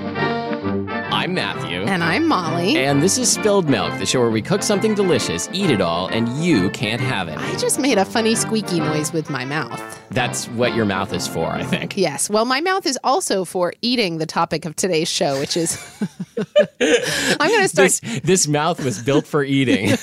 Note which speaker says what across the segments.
Speaker 1: I'm Matthew.
Speaker 2: And I'm Molly.
Speaker 1: And this is Spilled Milk, the show where we cook something delicious, eat it all, and you can't have it.
Speaker 2: I just made a funny squeaky noise with my mouth.
Speaker 1: That's what your mouth is for, I think.
Speaker 2: Yes. Well, my mouth is also for eating the topic of today's show, which is I'm going to start
Speaker 1: This, this mouth was built for eating.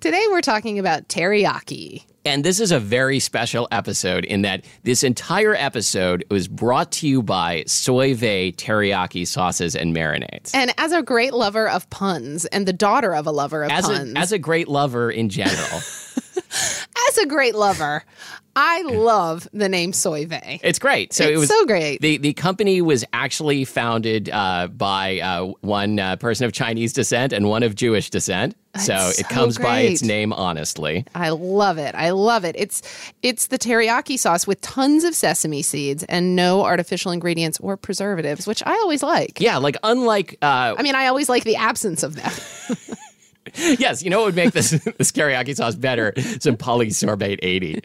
Speaker 2: Today we're talking about teriyaki.
Speaker 1: And this is a very special episode in that this entire episode was brought to you by Soyve teriyaki sauces and marinades.
Speaker 2: And as a great lover of puns and the daughter of a lover of
Speaker 1: As a,
Speaker 2: puns,
Speaker 1: as a great lover in general,
Speaker 2: as a great lover, I love the name Soyve.
Speaker 1: it's great. So it
Speaker 2: It's
Speaker 1: was
Speaker 2: so great.
Speaker 1: The, the company was actually founded uh, by uh, one uh, person of Chinese descent and one of Jewish descent. so
Speaker 2: so
Speaker 1: it comes by its
Speaker 2: great.
Speaker 1: name honestly.
Speaker 2: I love it. I love it. It's it's the teriyaki sauce with tons of sesame seeds and no artificial ingredients or preservatives, which I always like.
Speaker 1: Yeah, like unlike uh,
Speaker 2: I mean, I always like the absence of them.
Speaker 1: yes, you know what would make this this teriyaki sauce better? Some polysorbate eighty.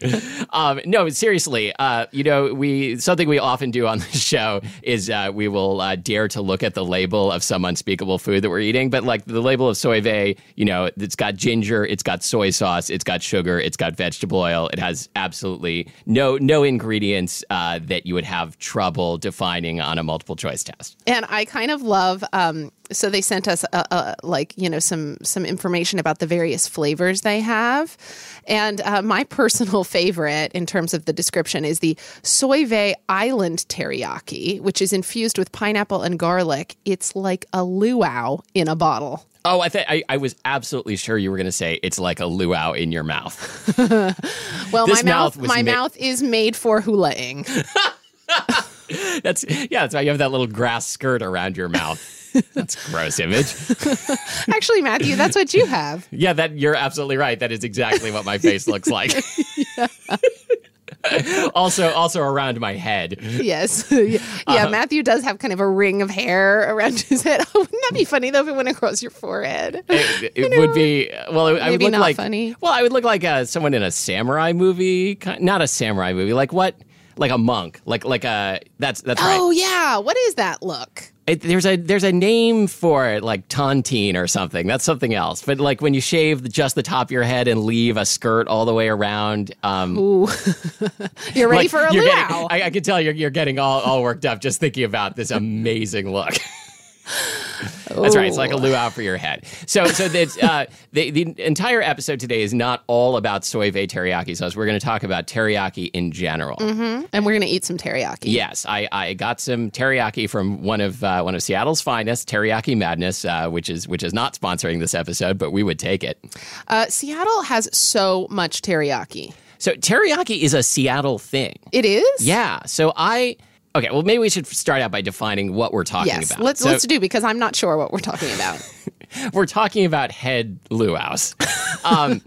Speaker 1: Um, no, seriously, uh, you know we something we often do on the show is uh, we will uh, dare to look at the label of some unspeakable food that we're eating, but like the label of soy vey, you know, it's got ginger, it's got soy sauce, it's got sugar, it's got vegetable oil, it has absolutely no no ingredients uh, that you would have trouble defining on a multiple choice test.
Speaker 2: And I kind of love. Um, so they sent us uh, uh, like you know some some information about the various flavors they have, and uh, my personal favorite in terms of the description is the Soyve Island Teriyaki, which is infused with pineapple and garlic. It's like a luau in a bottle.
Speaker 1: Oh, I, th- I I was absolutely sure you were going to say it's like a luau in your mouth.
Speaker 2: Well,
Speaker 1: This
Speaker 2: my mouth,
Speaker 1: mouth was
Speaker 2: my
Speaker 1: ma-
Speaker 2: mouth is made for hulaing.
Speaker 1: That's yeah. That's why you have that little grass skirt around your mouth. that's a gross image.
Speaker 2: Actually, Matthew, that's what you have.
Speaker 1: Yeah, that you're absolutely right. That is exactly what my face looks like. also, also around my head.
Speaker 2: Yes. yeah,
Speaker 1: Uh-huh.
Speaker 2: Matthew does have kind of a ring of hair around his head. Wouldn't that be funny though if it went across your forehead?
Speaker 1: It, it would be well. I would
Speaker 2: Maybe
Speaker 1: look
Speaker 2: not
Speaker 1: like
Speaker 2: funny.
Speaker 1: well. I would look like uh, someone in a samurai movie. ki- Not a samurai movie. Like what? Like a monk. Like like a that's that's right.
Speaker 2: Oh yeah. What is that look?
Speaker 1: It, there's a there's a name for it, like tontine or something. That's something else. But like when you shave just the top of your head and leave a skirt all the way around, um,
Speaker 2: Ooh. You're ready for a
Speaker 1: you're
Speaker 2: luau.
Speaker 1: getting- I, I can tell you're, you're getting all, all worked up just thinking about this amazing look. That's right. It's like a luau for your head. So, so that's, uh, the, the entire episode today is not all about soy vey teriyaki sauce. We're going to talk about teriyaki in general.
Speaker 2: and we're gonna eat some teriyaki.
Speaker 1: Yes, I, I got some teriyaki from one of uh, one of Seattle's finest, Teriyaki Madness, uh, which is which is not sponsoring this episode, but we would take it.
Speaker 2: Uh, Seattle has so much teriyaki.
Speaker 1: So teriyaki is a Seattle thing.
Speaker 2: It is.
Speaker 1: Yeah. So I okay. Well, maybe we should start out by defining what we're talking
Speaker 2: Yes.
Speaker 1: about.
Speaker 2: Let's
Speaker 1: So
Speaker 2: let's do because I'm not sure what we're talking about.
Speaker 1: we're talking about head luau's. um,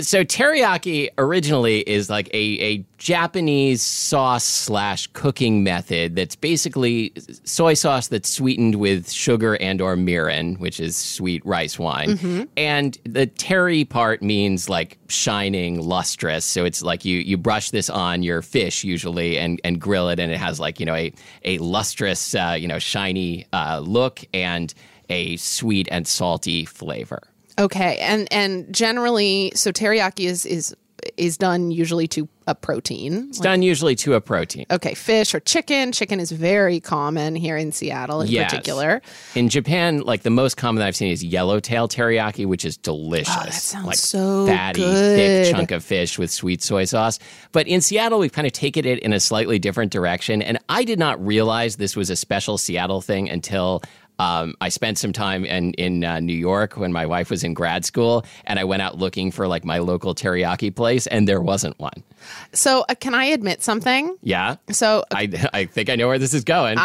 Speaker 1: so teriyaki originally is like a, a Japanese sauce slash cooking method that's basically soy sauce that's sweetened with sugar and or mirin, which is sweet rice wine. And the terry part means like shining, lustrous. So it's like you you brush this on your fish usually and and grill it, and it has like you know a a lustrous uh, you know shiny uh, look and a sweet and salty flavor.
Speaker 2: Okay, and and generally, so teriyaki is is is done usually to a protein.
Speaker 1: It's done usually to a protein.
Speaker 2: Okay, fish or chicken. Chicken is very common here in Seattle, in
Speaker 1: Yes.
Speaker 2: particular.
Speaker 1: In Japan, like the most common that I've seen is yellowtail teriyaki, which is delicious.
Speaker 2: Ah, that sounds
Speaker 1: like
Speaker 2: so
Speaker 1: fatty,
Speaker 2: good.
Speaker 1: thick chunk of fish with sweet soy sauce. But in Seattle, we've kind of taken it in a slightly different direction. And I did not realize this was a special Seattle thing until. Um, I spent some time in in uh, New York when my wife was in grad school, and I went out looking for like my local teriyaki place, and there wasn't one.
Speaker 2: So, uh, can I admit something?
Speaker 1: Yeah,
Speaker 2: So, uh,
Speaker 1: I I think I know where this is going.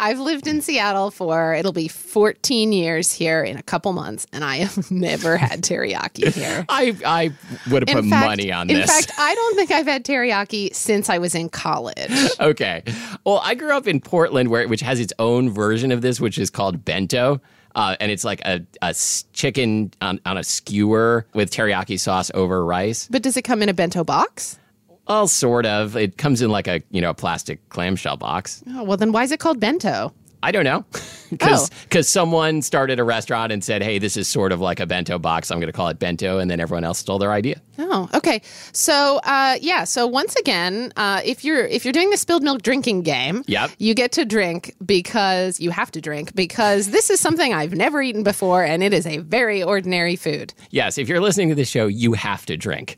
Speaker 2: I've lived in Seattle for it'll be 14 years here in a couple months, and I have never had teriyaki here.
Speaker 1: I I would have
Speaker 2: In
Speaker 1: put
Speaker 2: fact-
Speaker 1: money on
Speaker 2: in
Speaker 1: this.
Speaker 2: fact, I don't think I've had teriyaki since I was in college.
Speaker 1: okay. Well, I grew up in Portland, where which has its own version of this, which is called bento. Uh, and it's like a, a s- chicken on, on a skewer with teriyaki sauce over rice.
Speaker 2: But does it come in a bento box?
Speaker 1: Well, sort of. It comes in like a you know a plastic clamshell box.
Speaker 2: Oh, well, then why is it called bento?
Speaker 1: I don't know because someone started a restaurant and said, "Hey, this is sort of like a bento box. I'm going to call it bento," and then everyone else stole their idea.
Speaker 2: Oh, okay. So, uh, yeah. So once again, uh, if you're if you're doing the spilled milk drinking game,
Speaker 1: Yep.
Speaker 2: you get to drink because you have to drink because this is something I've never eaten before, and it is a very ordinary food.
Speaker 1: Yes, if you're listening to this show, you have to drink.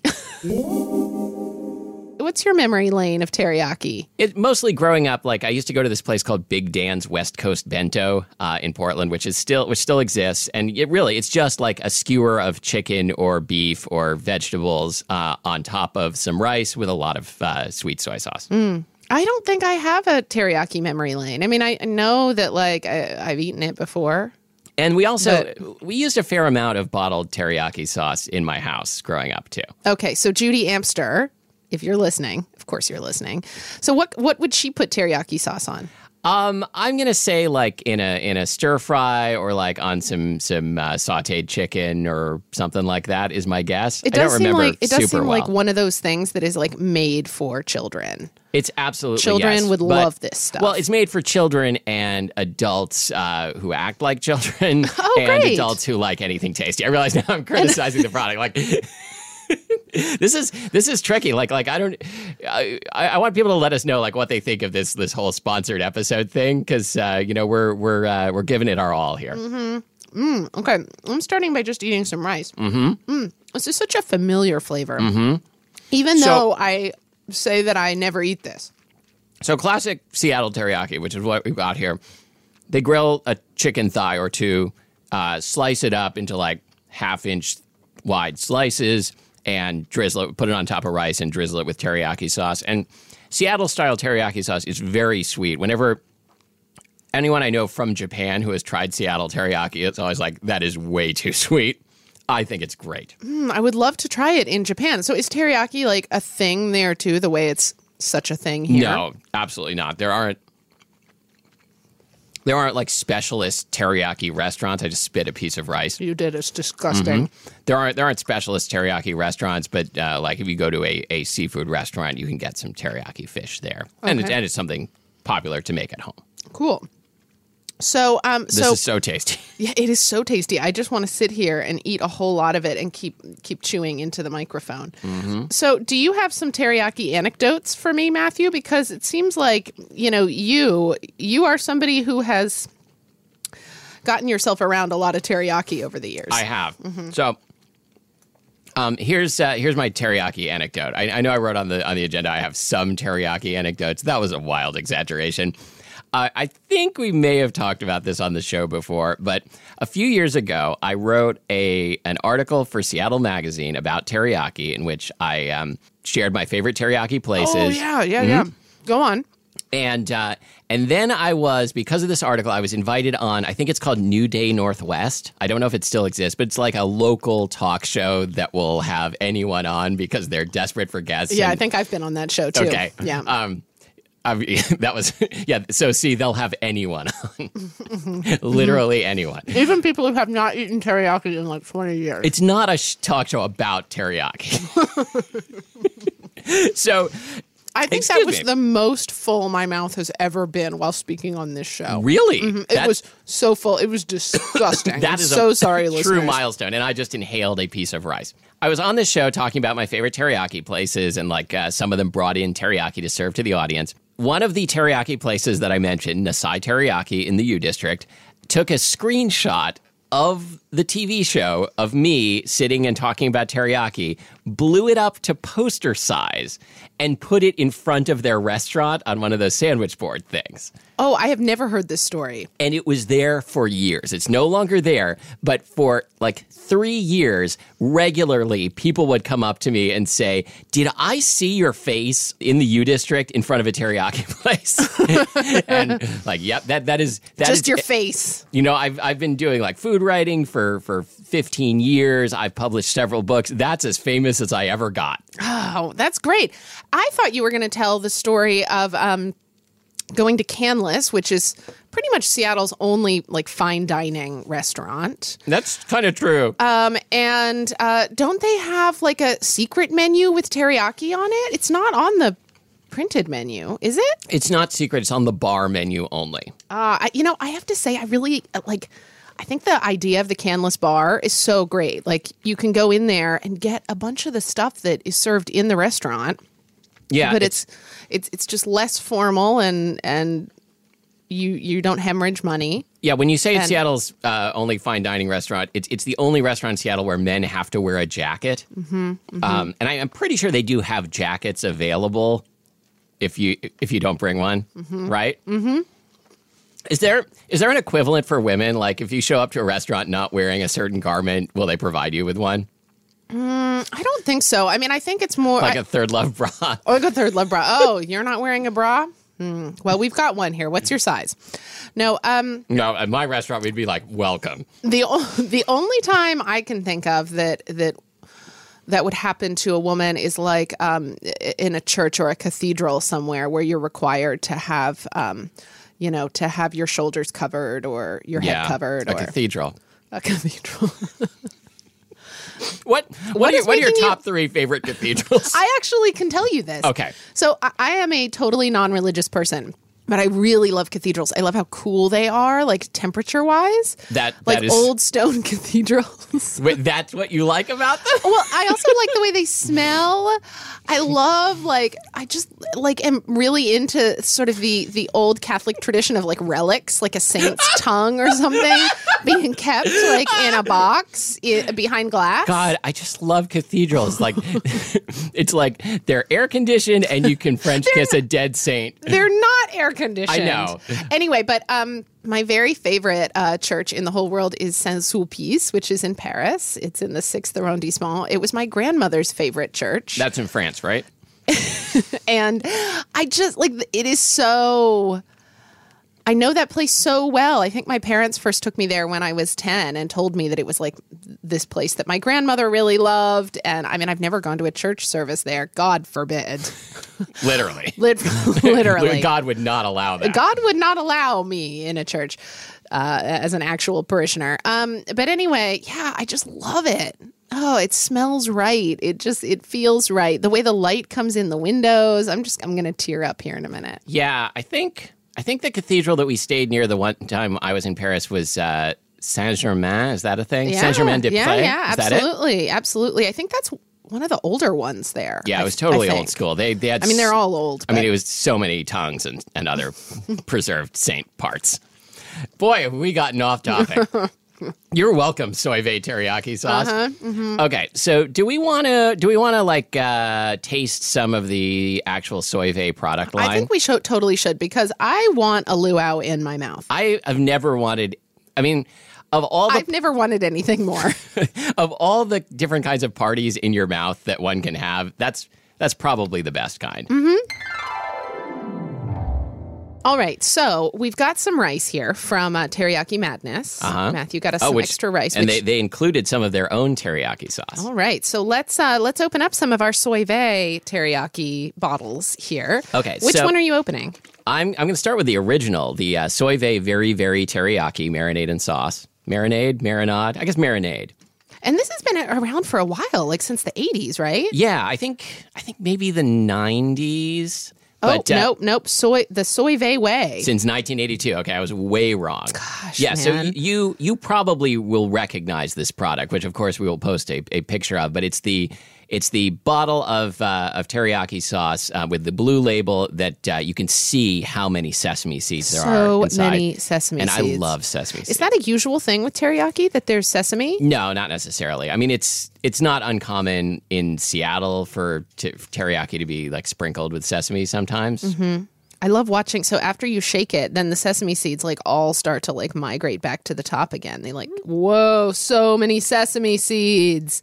Speaker 2: What's your memory lane of teriyaki?
Speaker 1: it mostly growing up like i used to go to this place called big dan's west coast bento uh, in portland which is still which still exists and it really it's just like a skewer of chicken or beef or vegetables uh, on top of some rice with a lot of uh, sweet soy sauce
Speaker 2: Mm. I don't think I have a teriyaki memory lane. I mean, I know that like I, I've eaten it before.
Speaker 1: and we also we used a fair amount of bottled teriyaki sauce in my house growing up too
Speaker 2: Okay, so Judy Amster, if you're listening, of course you're listening. So what what would she put teriyaki sauce on?
Speaker 1: um, i'm gonna say like in a in a stir fry or like on some some uh, sauteed chicken or something like that is my guess
Speaker 2: It
Speaker 1: i don't
Speaker 2: does seem
Speaker 1: remember
Speaker 2: like it does
Speaker 1: super
Speaker 2: seem
Speaker 1: well.
Speaker 2: like one of those things that is like made for children.
Speaker 1: It's absolutely
Speaker 2: Children
Speaker 1: yes,
Speaker 2: would
Speaker 1: but-
Speaker 2: love this stuff.
Speaker 1: Well, it's made for children and adults uh, who act like children, and
Speaker 2: Oh, great.
Speaker 1: adults who like anything tasty. I realize now I'm criticizing the product. Like this is this is tricky. Like like I don't. I, I I want people to let us know like what they think of this this whole sponsored episode thing because uh, you know we're we're uh, we're giving it our all
Speaker 2: Mm-hmm.
Speaker 1: here.
Speaker 2: Okay, I'm starting by just eating some rice. Mm-hmm. This is such a familiar flavor. Mm-hmm. Even
Speaker 1: So-
Speaker 2: though I say that I never eat this.
Speaker 1: So classic Seattle teriyaki, which is what we've got here. They grill a chicken thigh or two, uh, slice it up into like half inch wide slices, and drizzle it. Put it on top of rice and drizzle it with teriyaki sauce. And Seattle style teriyaki sauce is very sweet. Whenever anyone I know from Japan who has tried Seattle teriyaki, it's always like that is way too sweet. I think it's great.
Speaker 2: Mm, I would love to try it in Japan. So is teriyaki like a thing there too? The way it's such a thing here.
Speaker 1: No, absolutely not. There aren't there aren't like specialist teriyaki restaurants. I just spit a piece of rice.
Speaker 2: you did. It's disgusting.
Speaker 1: There aren't there aren't specialist teriyaki restaurants, but uh, like if you go to a, a seafood restaurant, you can get some teriyaki fish there, and it,
Speaker 2: Okay.
Speaker 1: and it's something popular to make at home.
Speaker 2: Cool. So, um,
Speaker 1: This
Speaker 2: so
Speaker 1: is so tasty.
Speaker 2: yeah, it is so tasty. I just want to sit here and eat a whole lot of it and keep keep chewing into the microphone.
Speaker 1: Mm-hmm.
Speaker 2: So, do you have some teriyaki anecdotes for me, Matthew? Because it seems like you know you you are somebody who has gotten yourself around a lot of teriyaki over the years.
Speaker 1: I have. So um, here's uh, here's my teriyaki anecdote. I, I know I wrote on the on the agenda. I have some teriyaki anecdotes. That was a wild exaggeration. Uh, I think we may have talked about this on the show before, but a few years ago, I wrote a an article for Seattle Magazine about teriyaki, in which I um, shared my favorite teriyaki places.
Speaker 2: oh yeah, yeah, yeah. Go on.
Speaker 1: and uh, and then I was because of this article I was invited on I think it's called New Day Northwest I don't know if it still exists but it's like a local talk show that will have anyone on because they're desperate for guests
Speaker 2: Yeah, I
Speaker 1: and-
Speaker 2: think I've been on that show too.
Speaker 1: okay
Speaker 2: Yeah.
Speaker 1: um I that was yeah so see they'll have anyone on literally anyone
Speaker 2: Even people who have not eaten teriyaki in like 20 years.
Speaker 1: It's not a sh- talk show about teriyaki. so,
Speaker 2: I think
Speaker 1: Excuse
Speaker 2: that was
Speaker 1: me.
Speaker 2: the most full my mouth has ever been while speaking on this show.
Speaker 1: really,
Speaker 2: Mm-hmm. It was so full. It was disgusting.
Speaker 1: that
Speaker 2: I'm
Speaker 1: is
Speaker 2: so
Speaker 1: a
Speaker 2: sorry,
Speaker 1: true
Speaker 2: listeners.
Speaker 1: milestone. And I just inhaled a piece of rice. I was on this show talking about my favorite teriyaki places, and like uh, some of them brought in teriyaki to serve to the audience. One of the teriyaki places that I mentioned, Nasai Teriyaki in the U District, took a screenshot of the TV show of me sitting and talking about teriyaki, blew it up to poster size, and put it in front of their restaurant on one of those sandwich board things
Speaker 2: oh, I have never heard this story.
Speaker 1: and it was there for years. It's no longer there, but for like three years, regularly people would come up to me and say, Did I see your face in the U District in front of a teriyaki place? and like, yep, that, that is that
Speaker 2: Just
Speaker 1: is-
Speaker 2: your face.
Speaker 1: you know, I've I've been doing like food writing for for 15 years. I've published several books. That's as famous as I ever got.
Speaker 2: Oh, that's great. I thought you were going to tell the story of um, going to Canlis, which is pretty much Seattle's only like fine dining restaurant.
Speaker 1: That's kind of true.
Speaker 2: Um, and uh, don't they have like a secret menu with teriyaki on it? It's not on the printed menu, is it?
Speaker 1: it's not secret. It's on the bar menu only.
Speaker 2: Uh, I, you know, I have to say, I really uh, like. I think the idea of the canless bar is so great. Like, you can go in there and get a bunch of the stuff that is served in the restaurant,
Speaker 1: Yeah,
Speaker 2: but it's it's it's just less formal and and you you don't hemorrhage money.
Speaker 1: Yeah, when you say it's
Speaker 2: And-
Speaker 1: Seattle's uh, only fine dining restaurant, it's it's the only restaurant in Seattle where men have to wear a jacket. Mm-hmm, Um, and I, I'm pretty sure they do have jackets available if you if you don't bring one, right? Mm-hmm. Is there is there an equivalent for women? Like if you show up to a restaurant not wearing a certain garment, will they provide you with one,
Speaker 2: I don't think so. I mean, I think it's more
Speaker 1: like
Speaker 2: I-
Speaker 1: a third love bra?
Speaker 2: Oh, I got third love bra. Oh, you're not wearing a bra? Hmm. Well, we've got one here. What's your size? No, um,
Speaker 1: no, at my restaurant we'd be like, welcome.
Speaker 2: the o- the only time I can think of that that that would happen to a woman is like um, i- in a church or a cathedral somewhere where you're required to have um, you know to have your shoulders covered or your head covered
Speaker 1: a
Speaker 2: or
Speaker 1: cathedral.
Speaker 2: a cathedral.
Speaker 1: What what, are, your-
Speaker 2: is
Speaker 1: what are your
Speaker 2: making you-
Speaker 1: top three favorite cathedrals?
Speaker 2: I actually can tell you this.
Speaker 1: Okay.
Speaker 2: So I, I am a totally non religious person. But I really love cathedrals. I love how cool they are, like temperature wise.
Speaker 1: That-
Speaker 2: like
Speaker 1: that is-
Speaker 2: old stone cathedrals.
Speaker 1: Wait, that's what you like about them?
Speaker 2: well, I also like the way they smell. I love like I just like am really into sort of the the old Catholic tradition of like relics, like a saint's tongue or something being kept like in a box i- behind glass.
Speaker 1: God, I just love cathedrals. Like, it's like they're air conditioned and you can French kiss a dead saint.
Speaker 2: They're not air conditioned.
Speaker 1: I know.
Speaker 2: Anyway, but um, my very favorite uh, church in the whole world is Saint Sulpice, which is in Paris. It's in the sixth arrondissement. It was my grandmother's favorite church,
Speaker 1: That's in France, right?
Speaker 2: and I just like it is so. I know that place so well. I think my parents first took me there when I was 10 and told me that it was like this place that my grandmother really loved. And I mean, I've never gone to a church service there. God forbid.
Speaker 1: Literally.
Speaker 2: Lit- Literally.
Speaker 1: God would not allow that.
Speaker 2: God would not allow me in a church uh, as an actual parishioner. Um, but anyway, yeah, I just love it. Oh, it smells right. It just it feels right. The way the light comes in the windows. I'm just I'm gonna tear up here in a minute.
Speaker 1: yeah, I think I think the cathedral that we stayed near the one time I was in Paris was uh, Saint Germain. Is that a thing?
Speaker 2: Yeah,
Speaker 1: Saint Germain des
Speaker 2: yeah,
Speaker 1: Prés?
Speaker 2: yeah,
Speaker 1: Is that it?
Speaker 2: absolutely, absolutely. I think that's one of the older ones there.
Speaker 1: Yeah,
Speaker 2: I-
Speaker 1: it was totally
Speaker 2: I
Speaker 1: old
Speaker 2: think.
Speaker 1: school. They, they had
Speaker 2: I mean, they're
Speaker 1: s-
Speaker 2: all old.
Speaker 1: I mean,
Speaker 2: but-
Speaker 1: it was so many tongues and, and other preserved saint parts. Boy, have we gotten off topic. You're welcome, soy vey teriyaki sauce.
Speaker 2: Uh-huh, mm-hmm.
Speaker 1: Okay, so do we want to do we want to like uh, taste some of the actual soy vey product line?
Speaker 2: I think we should, totally should because I want a luau in my mouth.
Speaker 1: I have never wanted. I mean, of all the
Speaker 2: I've never wanted anything more.
Speaker 1: of all the different kinds of parties in your mouth that
Speaker 2: Mm-hmm.
Speaker 1: one can have, that's that's probably the best kind.
Speaker 2: All right, so we've got some rice here from uh, Teriyaki Madness.
Speaker 1: Uh-huh.
Speaker 2: Matthew got us some
Speaker 1: which-
Speaker 2: extra rice.
Speaker 1: and
Speaker 2: which- Oh,
Speaker 1: they, they included some of their own teriyaki sauce.
Speaker 2: all right, so let's uh, let's open up some of our soyve teriyaki bottles here.
Speaker 1: Okay,
Speaker 2: which
Speaker 1: so-
Speaker 2: one are you opening?
Speaker 1: I'm I'm going to start with the original, the uh, soyve very very teriyaki marinade and sauce. Marinade, marinade. I guess marinade.
Speaker 2: And this has been around for a while, like since the '80s, right?
Speaker 1: Yeah, I think I think maybe the 90s.
Speaker 2: Oh
Speaker 1: but, uh,
Speaker 2: nope, nope. Soy the soyve way.
Speaker 1: Since 1982. Okay, I was way wrong.
Speaker 2: Gosh,
Speaker 1: yeah. So
Speaker 2: man.
Speaker 1: y- you you probably will recognize this product, which of course we will post a, a picture of. But it's the it's the bottle of uh, of teriyaki sauce uh, with the blue label that uh, you can see how many sesame seeds there
Speaker 2: So
Speaker 1: are inside.
Speaker 2: many sesame
Speaker 1: and
Speaker 2: seeds.
Speaker 1: I love sesame seeds.
Speaker 2: Is that a usual thing with teriyaki that there's sesame?
Speaker 1: No, not necessarily. I mean, it's it's not uncommon in Seattle for, t- for teriyaki to be like sprinkled with sesame sometimes.
Speaker 2: I love watching. So after you shake it, then the sesame seeds like all start to like migrate back to the top again. They
Speaker 1: Mm.
Speaker 2: like, whoa, so many sesame seeds.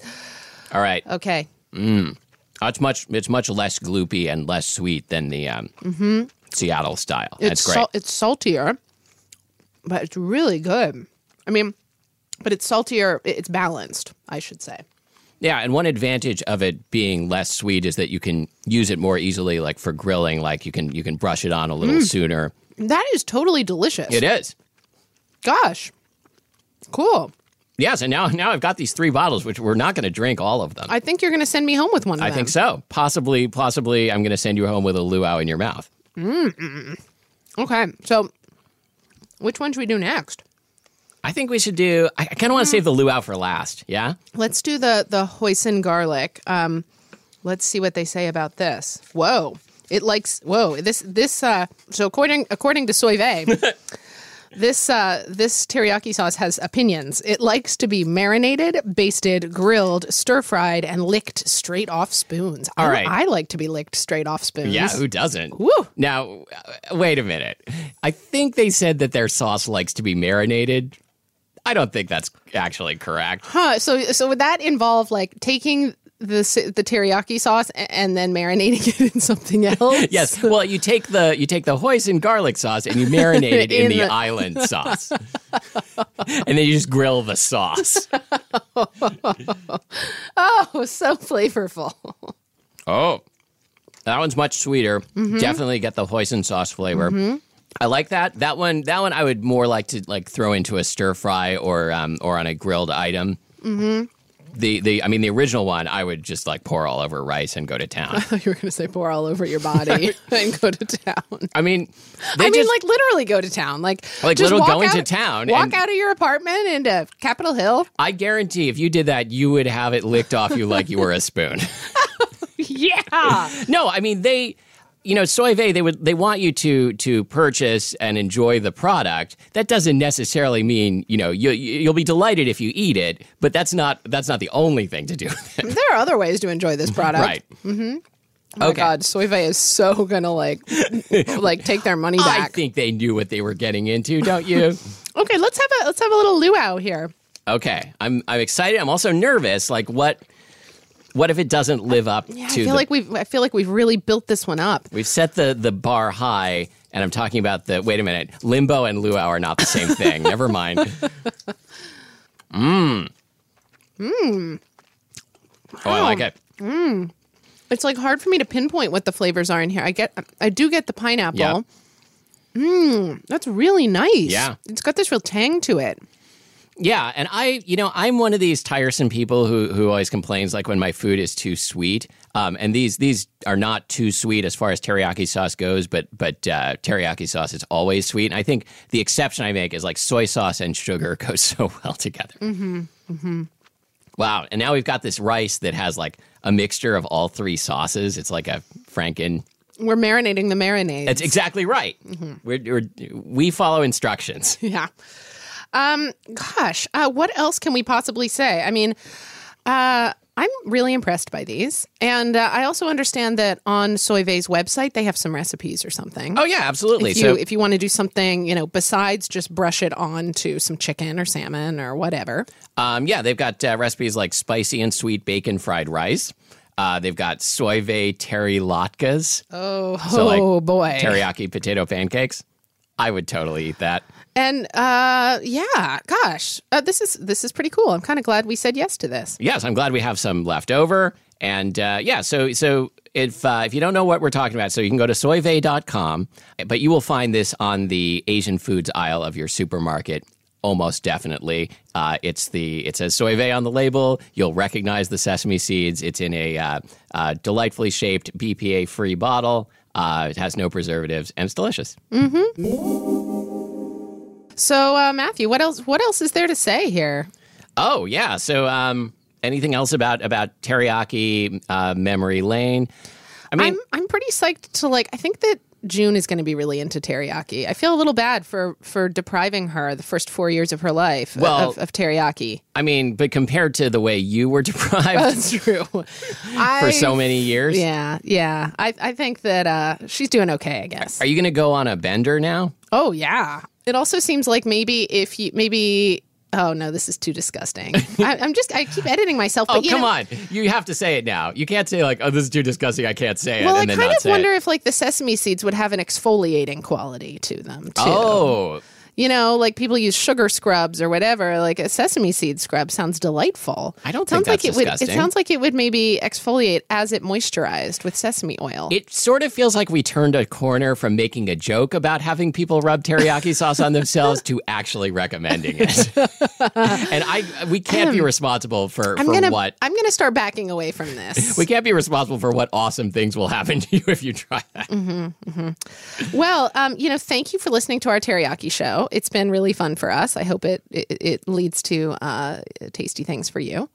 Speaker 1: All right,
Speaker 2: Okay.
Speaker 1: Uh, it's much it's much less gloopy and less sweet than the um, Seattle style. That's
Speaker 2: It's,
Speaker 1: great.
Speaker 2: sal- it's saltier, but it's really good. I mean, but it's saltier. i- It's balanced, I should say.
Speaker 1: yeah, and one advantage of it being less sweet is that you can use it more easily, like for grilling. Like you can you can brush it on a little sooner.
Speaker 2: That is totally delicious.
Speaker 1: It is.
Speaker 2: Gosh. Cool.
Speaker 1: Yes, and now now I've got these three bottles, which we're not going to drink all of them.
Speaker 2: I think you're going to send me home with one of
Speaker 1: I
Speaker 2: them.
Speaker 1: think so. Possibly, possibly, I'm going to send you home with a luau in your mouth.
Speaker 2: Okay. So which one should we do next?
Speaker 1: I think we should do. I, I kind of want to save the luau for last. Yeah.
Speaker 2: Let's do the the hoisin garlic. Um, let's see what they say about this. Whoa! It likes whoa. This this uh, so according according to Soyve, this uh, this teriyaki sauce has opinions. It likes to be marinated, basted, grilled, stir fried, and licked straight off spoons. All
Speaker 1: right.
Speaker 2: I, like to be licked straight off spoons.
Speaker 1: Yeah. Who doesn't?
Speaker 2: Woo.
Speaker 1: Now, uh, wait a minute. I think they said that their sauce likes to be marinated. I don't think that's actually correct.
Speaker 2: Huh. So so would that involve like taking the s- the teriyaki sauce a- and then marinating it in something else?
Speaker 1: Yes. Well, you take the you take the hoisin garlic sauce and you marinate it in,
Speaker 2: In
Speaker 1: the,
Speaker 2: the-
Speaker 1: island sauce, and then you just grill the sauce.
Speaker 2: Oh, so flavorful.
Speaker 1: Oh, that one's much sweeter.
Speaker 2: Mm-hmm.
Speaker 1: Definitely get the hoisin sauce flavor. I like that. That one. That one I would more like to like throw into a stir fry or um, or on a grilled item. Mm-hmm. The the I mean the original one I would just like pour all over rice and go to town.
Speaker 2: thought you were going to say pour all over your body and go to town.
Speaker 1: I mean, they
Speaker 2: I mean,
Speaker 1: just,
Speaker 2: like literally go to town, like
Speaker 1: Like,
Speaker 2: just
Speaker 1: little
Speaker 2: walk
Speaker 1: going to
Speaker 2: out-
Speaker 1: town
Speaker 2: walk
Speaker 1: and-
Speaker 2: out of your apartment into Capitol Hill.
Speaker 1: I guarantee if you did that, you would have it licked off you like you were a spoon.
Speaker 2: yeah,
Speaker 1: No, I mean they. You know, Soyve, they would they want you to to purchase and enjoy the product. That doesn't necessarily mean you know you you'll be delighted if you eat it, but that's not that's not the only thing to do. with it.
Speaker 2: there are other ways to enjoy this product.
Speaker 1: right?
Speaker 2: Oh my
Speaker 1: okay.
Speaker 2: God, Soyve is so gonna like like take their money
Speaker 1: I
Speaker 2: back.
Speaker 1: think they knew what they were getting into, don't you?
Speaker 2: okay, let's have a let's have a little luau here.
Speaker 1: okay, I'm I'm excited. I'm also nervous. Like what what if it doesn't live up
Speaker 2: Yeah, I
Speaker 1: to
Speaker 2: feel
Speaker 1: the,
Speaker 2: like we've I feel like we've really built this one up.
Speaker 1: we've set the the bar high. And I'm talking about the wait a minute, limbo and luau are not the same thing. Never mind. Mmm. Mmm. Oh, I like it.
Speaker 2: It's like hard for me to pinpoint what the flavors are in here. I get I do get the pineapple. Mmm,
Speaker 1: Yeah.
Speaker 2: That's really nice.
Speaker 1: Yeah.
Speaker 2: It's got this real tang to it.
Speaker 1: Yeah, and I, you know, I'm one of these tiresome people who who always complains like when my food is too sweet. Um, and these these are not too sweet as far as teriyaki sauce goes, but but uh, teriyaki sauce is always sweet. And I think the exception I make is like soy sauce and sugar go so well together. Mm-hmm. Mm-hmm. Wow! And now we've got this rice that has like a mixture of all three sauces. It's like a franken.
Speaker 2: We're marinating the marinade.
Speaker 1: That's exactly right. We're, we're, we follow instructions.
Speaker 2: yeah. Um, gosh, uh, what else can we possibly say? I mean, uh, I'm really impressed by these, and uh, I also understand that on Soyve's website they have some recipes or something.
Speaker 1: Oh yeah, absolutely.
Speaker 2: If you, if you want to do something, you know, besides just brush it on to some chicken or salmon or whatever.
Speaker 1: Um, yeah, they've got uh, recipes like spicy and sweet bacon fried rice. Uh, they've got soyve teriyaki latkes,
Speaker 2: Oh,
Speaker 1: like,
Speaker 2: oh boy.
Speaker 1: teriyaki potato pancakes. I would totally eat that.
Speaker 2: And uh, yeah, gosh, uh, this is this is pretty cool. I'm kind of glad we said yes to this.
Speaker 1: Yes, I'm glad we have some left over. And uh, yeah, so so if uh, if you don't know what we're talking about, so you can go to soyve.com, but you will find this on the Asian foods aisle of your supermarket. Almost definitely, uh, it's the it says soyve on the label. You'll recognize the sesame seeds. It's in a uh, uh, delightfully shaped BPA-free bottle. Uh, it has no preservatives and it's delicious.
Speaker 2: So uh, Matthew, what else? What else is there to say here?
Speaker 1: Oh yeah. So um, anything else about about teriyaki uh, memory lane? I mean,
Speaker 2: I'm I'm pretty psyched to like. I think that June is going to be really into teriyaki. I feel a little bad for for depriving her the first four years of her life of-
Speaker 1: Well-
Speaker 2: of, of teriyaki.
Speaker 1: I mean, but compared to the way you were deprived
Speaker 2: That's true.
Speaker 1: for so many years,
Speaker 2: Yeah, yeah. I I think that uh, she's doing okay. I guess.
Speaker 1: are you going to go on a bender now?
Speaker 2: Oh yeah. It also seems like maybe if you maybe oh no this is too disgusting. I, I'm just I keep editing myself. But
Speaker 1: Oh,
Speaker 2: you
Speaker 1: come
Speaker 2: know,
Speaker 1: on. You have to say it now. You can't say, like, oh, this is too disgusting. I can't say it.
Speaker 2: Well,
Speaker 1: and
Speaker 2: I
Speaker 1: then
Speaker 2: kind
Speaker 1: not
Speaker 2: of
Speaker 1: say
Speaker 2: wonder
Speaker 1: it.
Speaker 2: if like the sesame seeds would have an exfoliating quality to them too.
Speaker 1: Oh,
Speaker 2: You know, like people use sugar scrubs or whatever. Like a sesame seed scrub sounds delightful.
Speaker 1: I don't
Speaker 2: sounds
Speaker 1: think that's
Speaker 2: like it would.
Speaker 1: disgusting.
Speaker 2: It sounds like it would maybe exfoliate as it moisturized with sesame oil.
Speaker 1: it sort of feels like we turned a corner from making a joke about having people rub teriyaki sauce on themselves to actually recommending it. and I, we can't be responsible for,
Speaker 2: Um, I'm
Speaker 1: for
Speaker 2: gonna.
Speaker 1: what.
Speaker 2: I'm gonna start backing away from this.
Speaker 1: We can't be responsible for what awesome things will happen to you if you try that.
Speaker 2: Well, um, you know, thank you for listening to our teriyaki show. It's been really fun for us. I hope it it, it leads to uh, tasty things for you.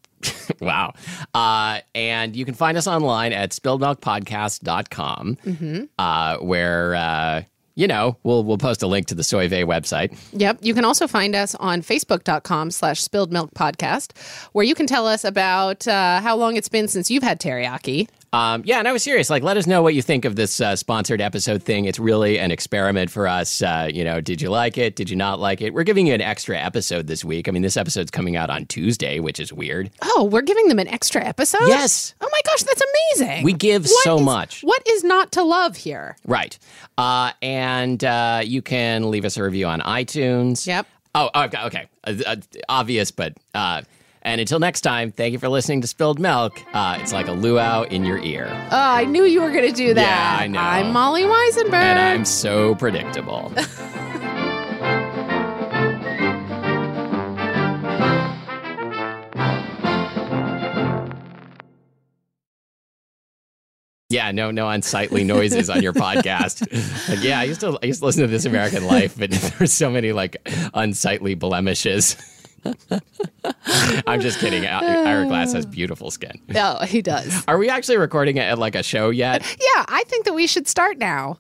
Speaker 1: Wow. Uh, and you can find us online at spilledmilkpodcast.com, uh, where, uh, you know, we'll, we'll post a link to the Soyve website.
Speaker 2: Yep. You can also find us on facebook.com slash spilled milk podcast, where you can tell us about uh, how long it's been since you've had teriyaki.
Speaker 1: Um, yeah, and I was serious. Like, let us know what you think of this uh, sponsored episode thing. It's really an experiment for us. Uh, you know, did you like it? Did you not like it? We're giving you an extra episode this week. I mean, this episode's coming out on Tuesday, which is weird.
Speaker 2: Oh, we're giving them an extra episode?
Speaker 1: Yes.
Speaker 2: Oh my gosh, that's amazing.
Speaker 1: We give so
Speaker 2: is-
Speaker 1: much.
Speaker 2: What is not to love here?
Speaker 1: Right. Uh, and uh, you can leave us a review on iTunes.
Speaker 2: Yep.
Speaker 1: Oh, oh, I've got okay. Uh, uh, obvious, but uh, and until next time, thank you for listening to Spilled Milk. Uh, it's like a luau in your ear,
Speaker 2: Oh, I knew you were going to do that.
Speaker 1: I know.
Speaker 2: I'm Molly Weisenberg.
Speaker 1: and I'm so predictable. Yeah, no, no unsightly noises on your podcast. Like, yeah, I used to, I used to listen to This American Life, but there's so many like unsightly blemishes. I'm just kidding. Ira Glass has beautiful skin.
Speaker 2: No, Oh, he does.
Speaker 1: Are we actually recording it at like a show yet?
Speaker 2: Yeah, I think that we should start now.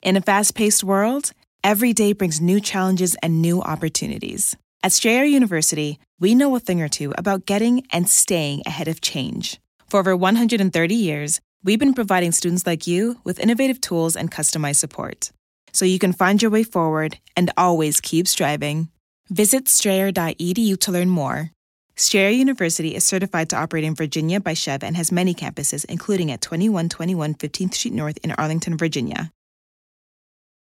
Speaker 3: In a fast paced world, every day brings new challenges and new opportunities. At Strayer University, we know a thing or two about getting and staying ahead of change. For over 130 years, we've been providing students like you with innovative tools and customized support. So you can find your way forward and always keep striving. Visit strayer.edu to learn more. Strayer University is certified to operate in Virginia by Chev and has many campuses, including at 2121 15th Street North in Arlington, Virginia.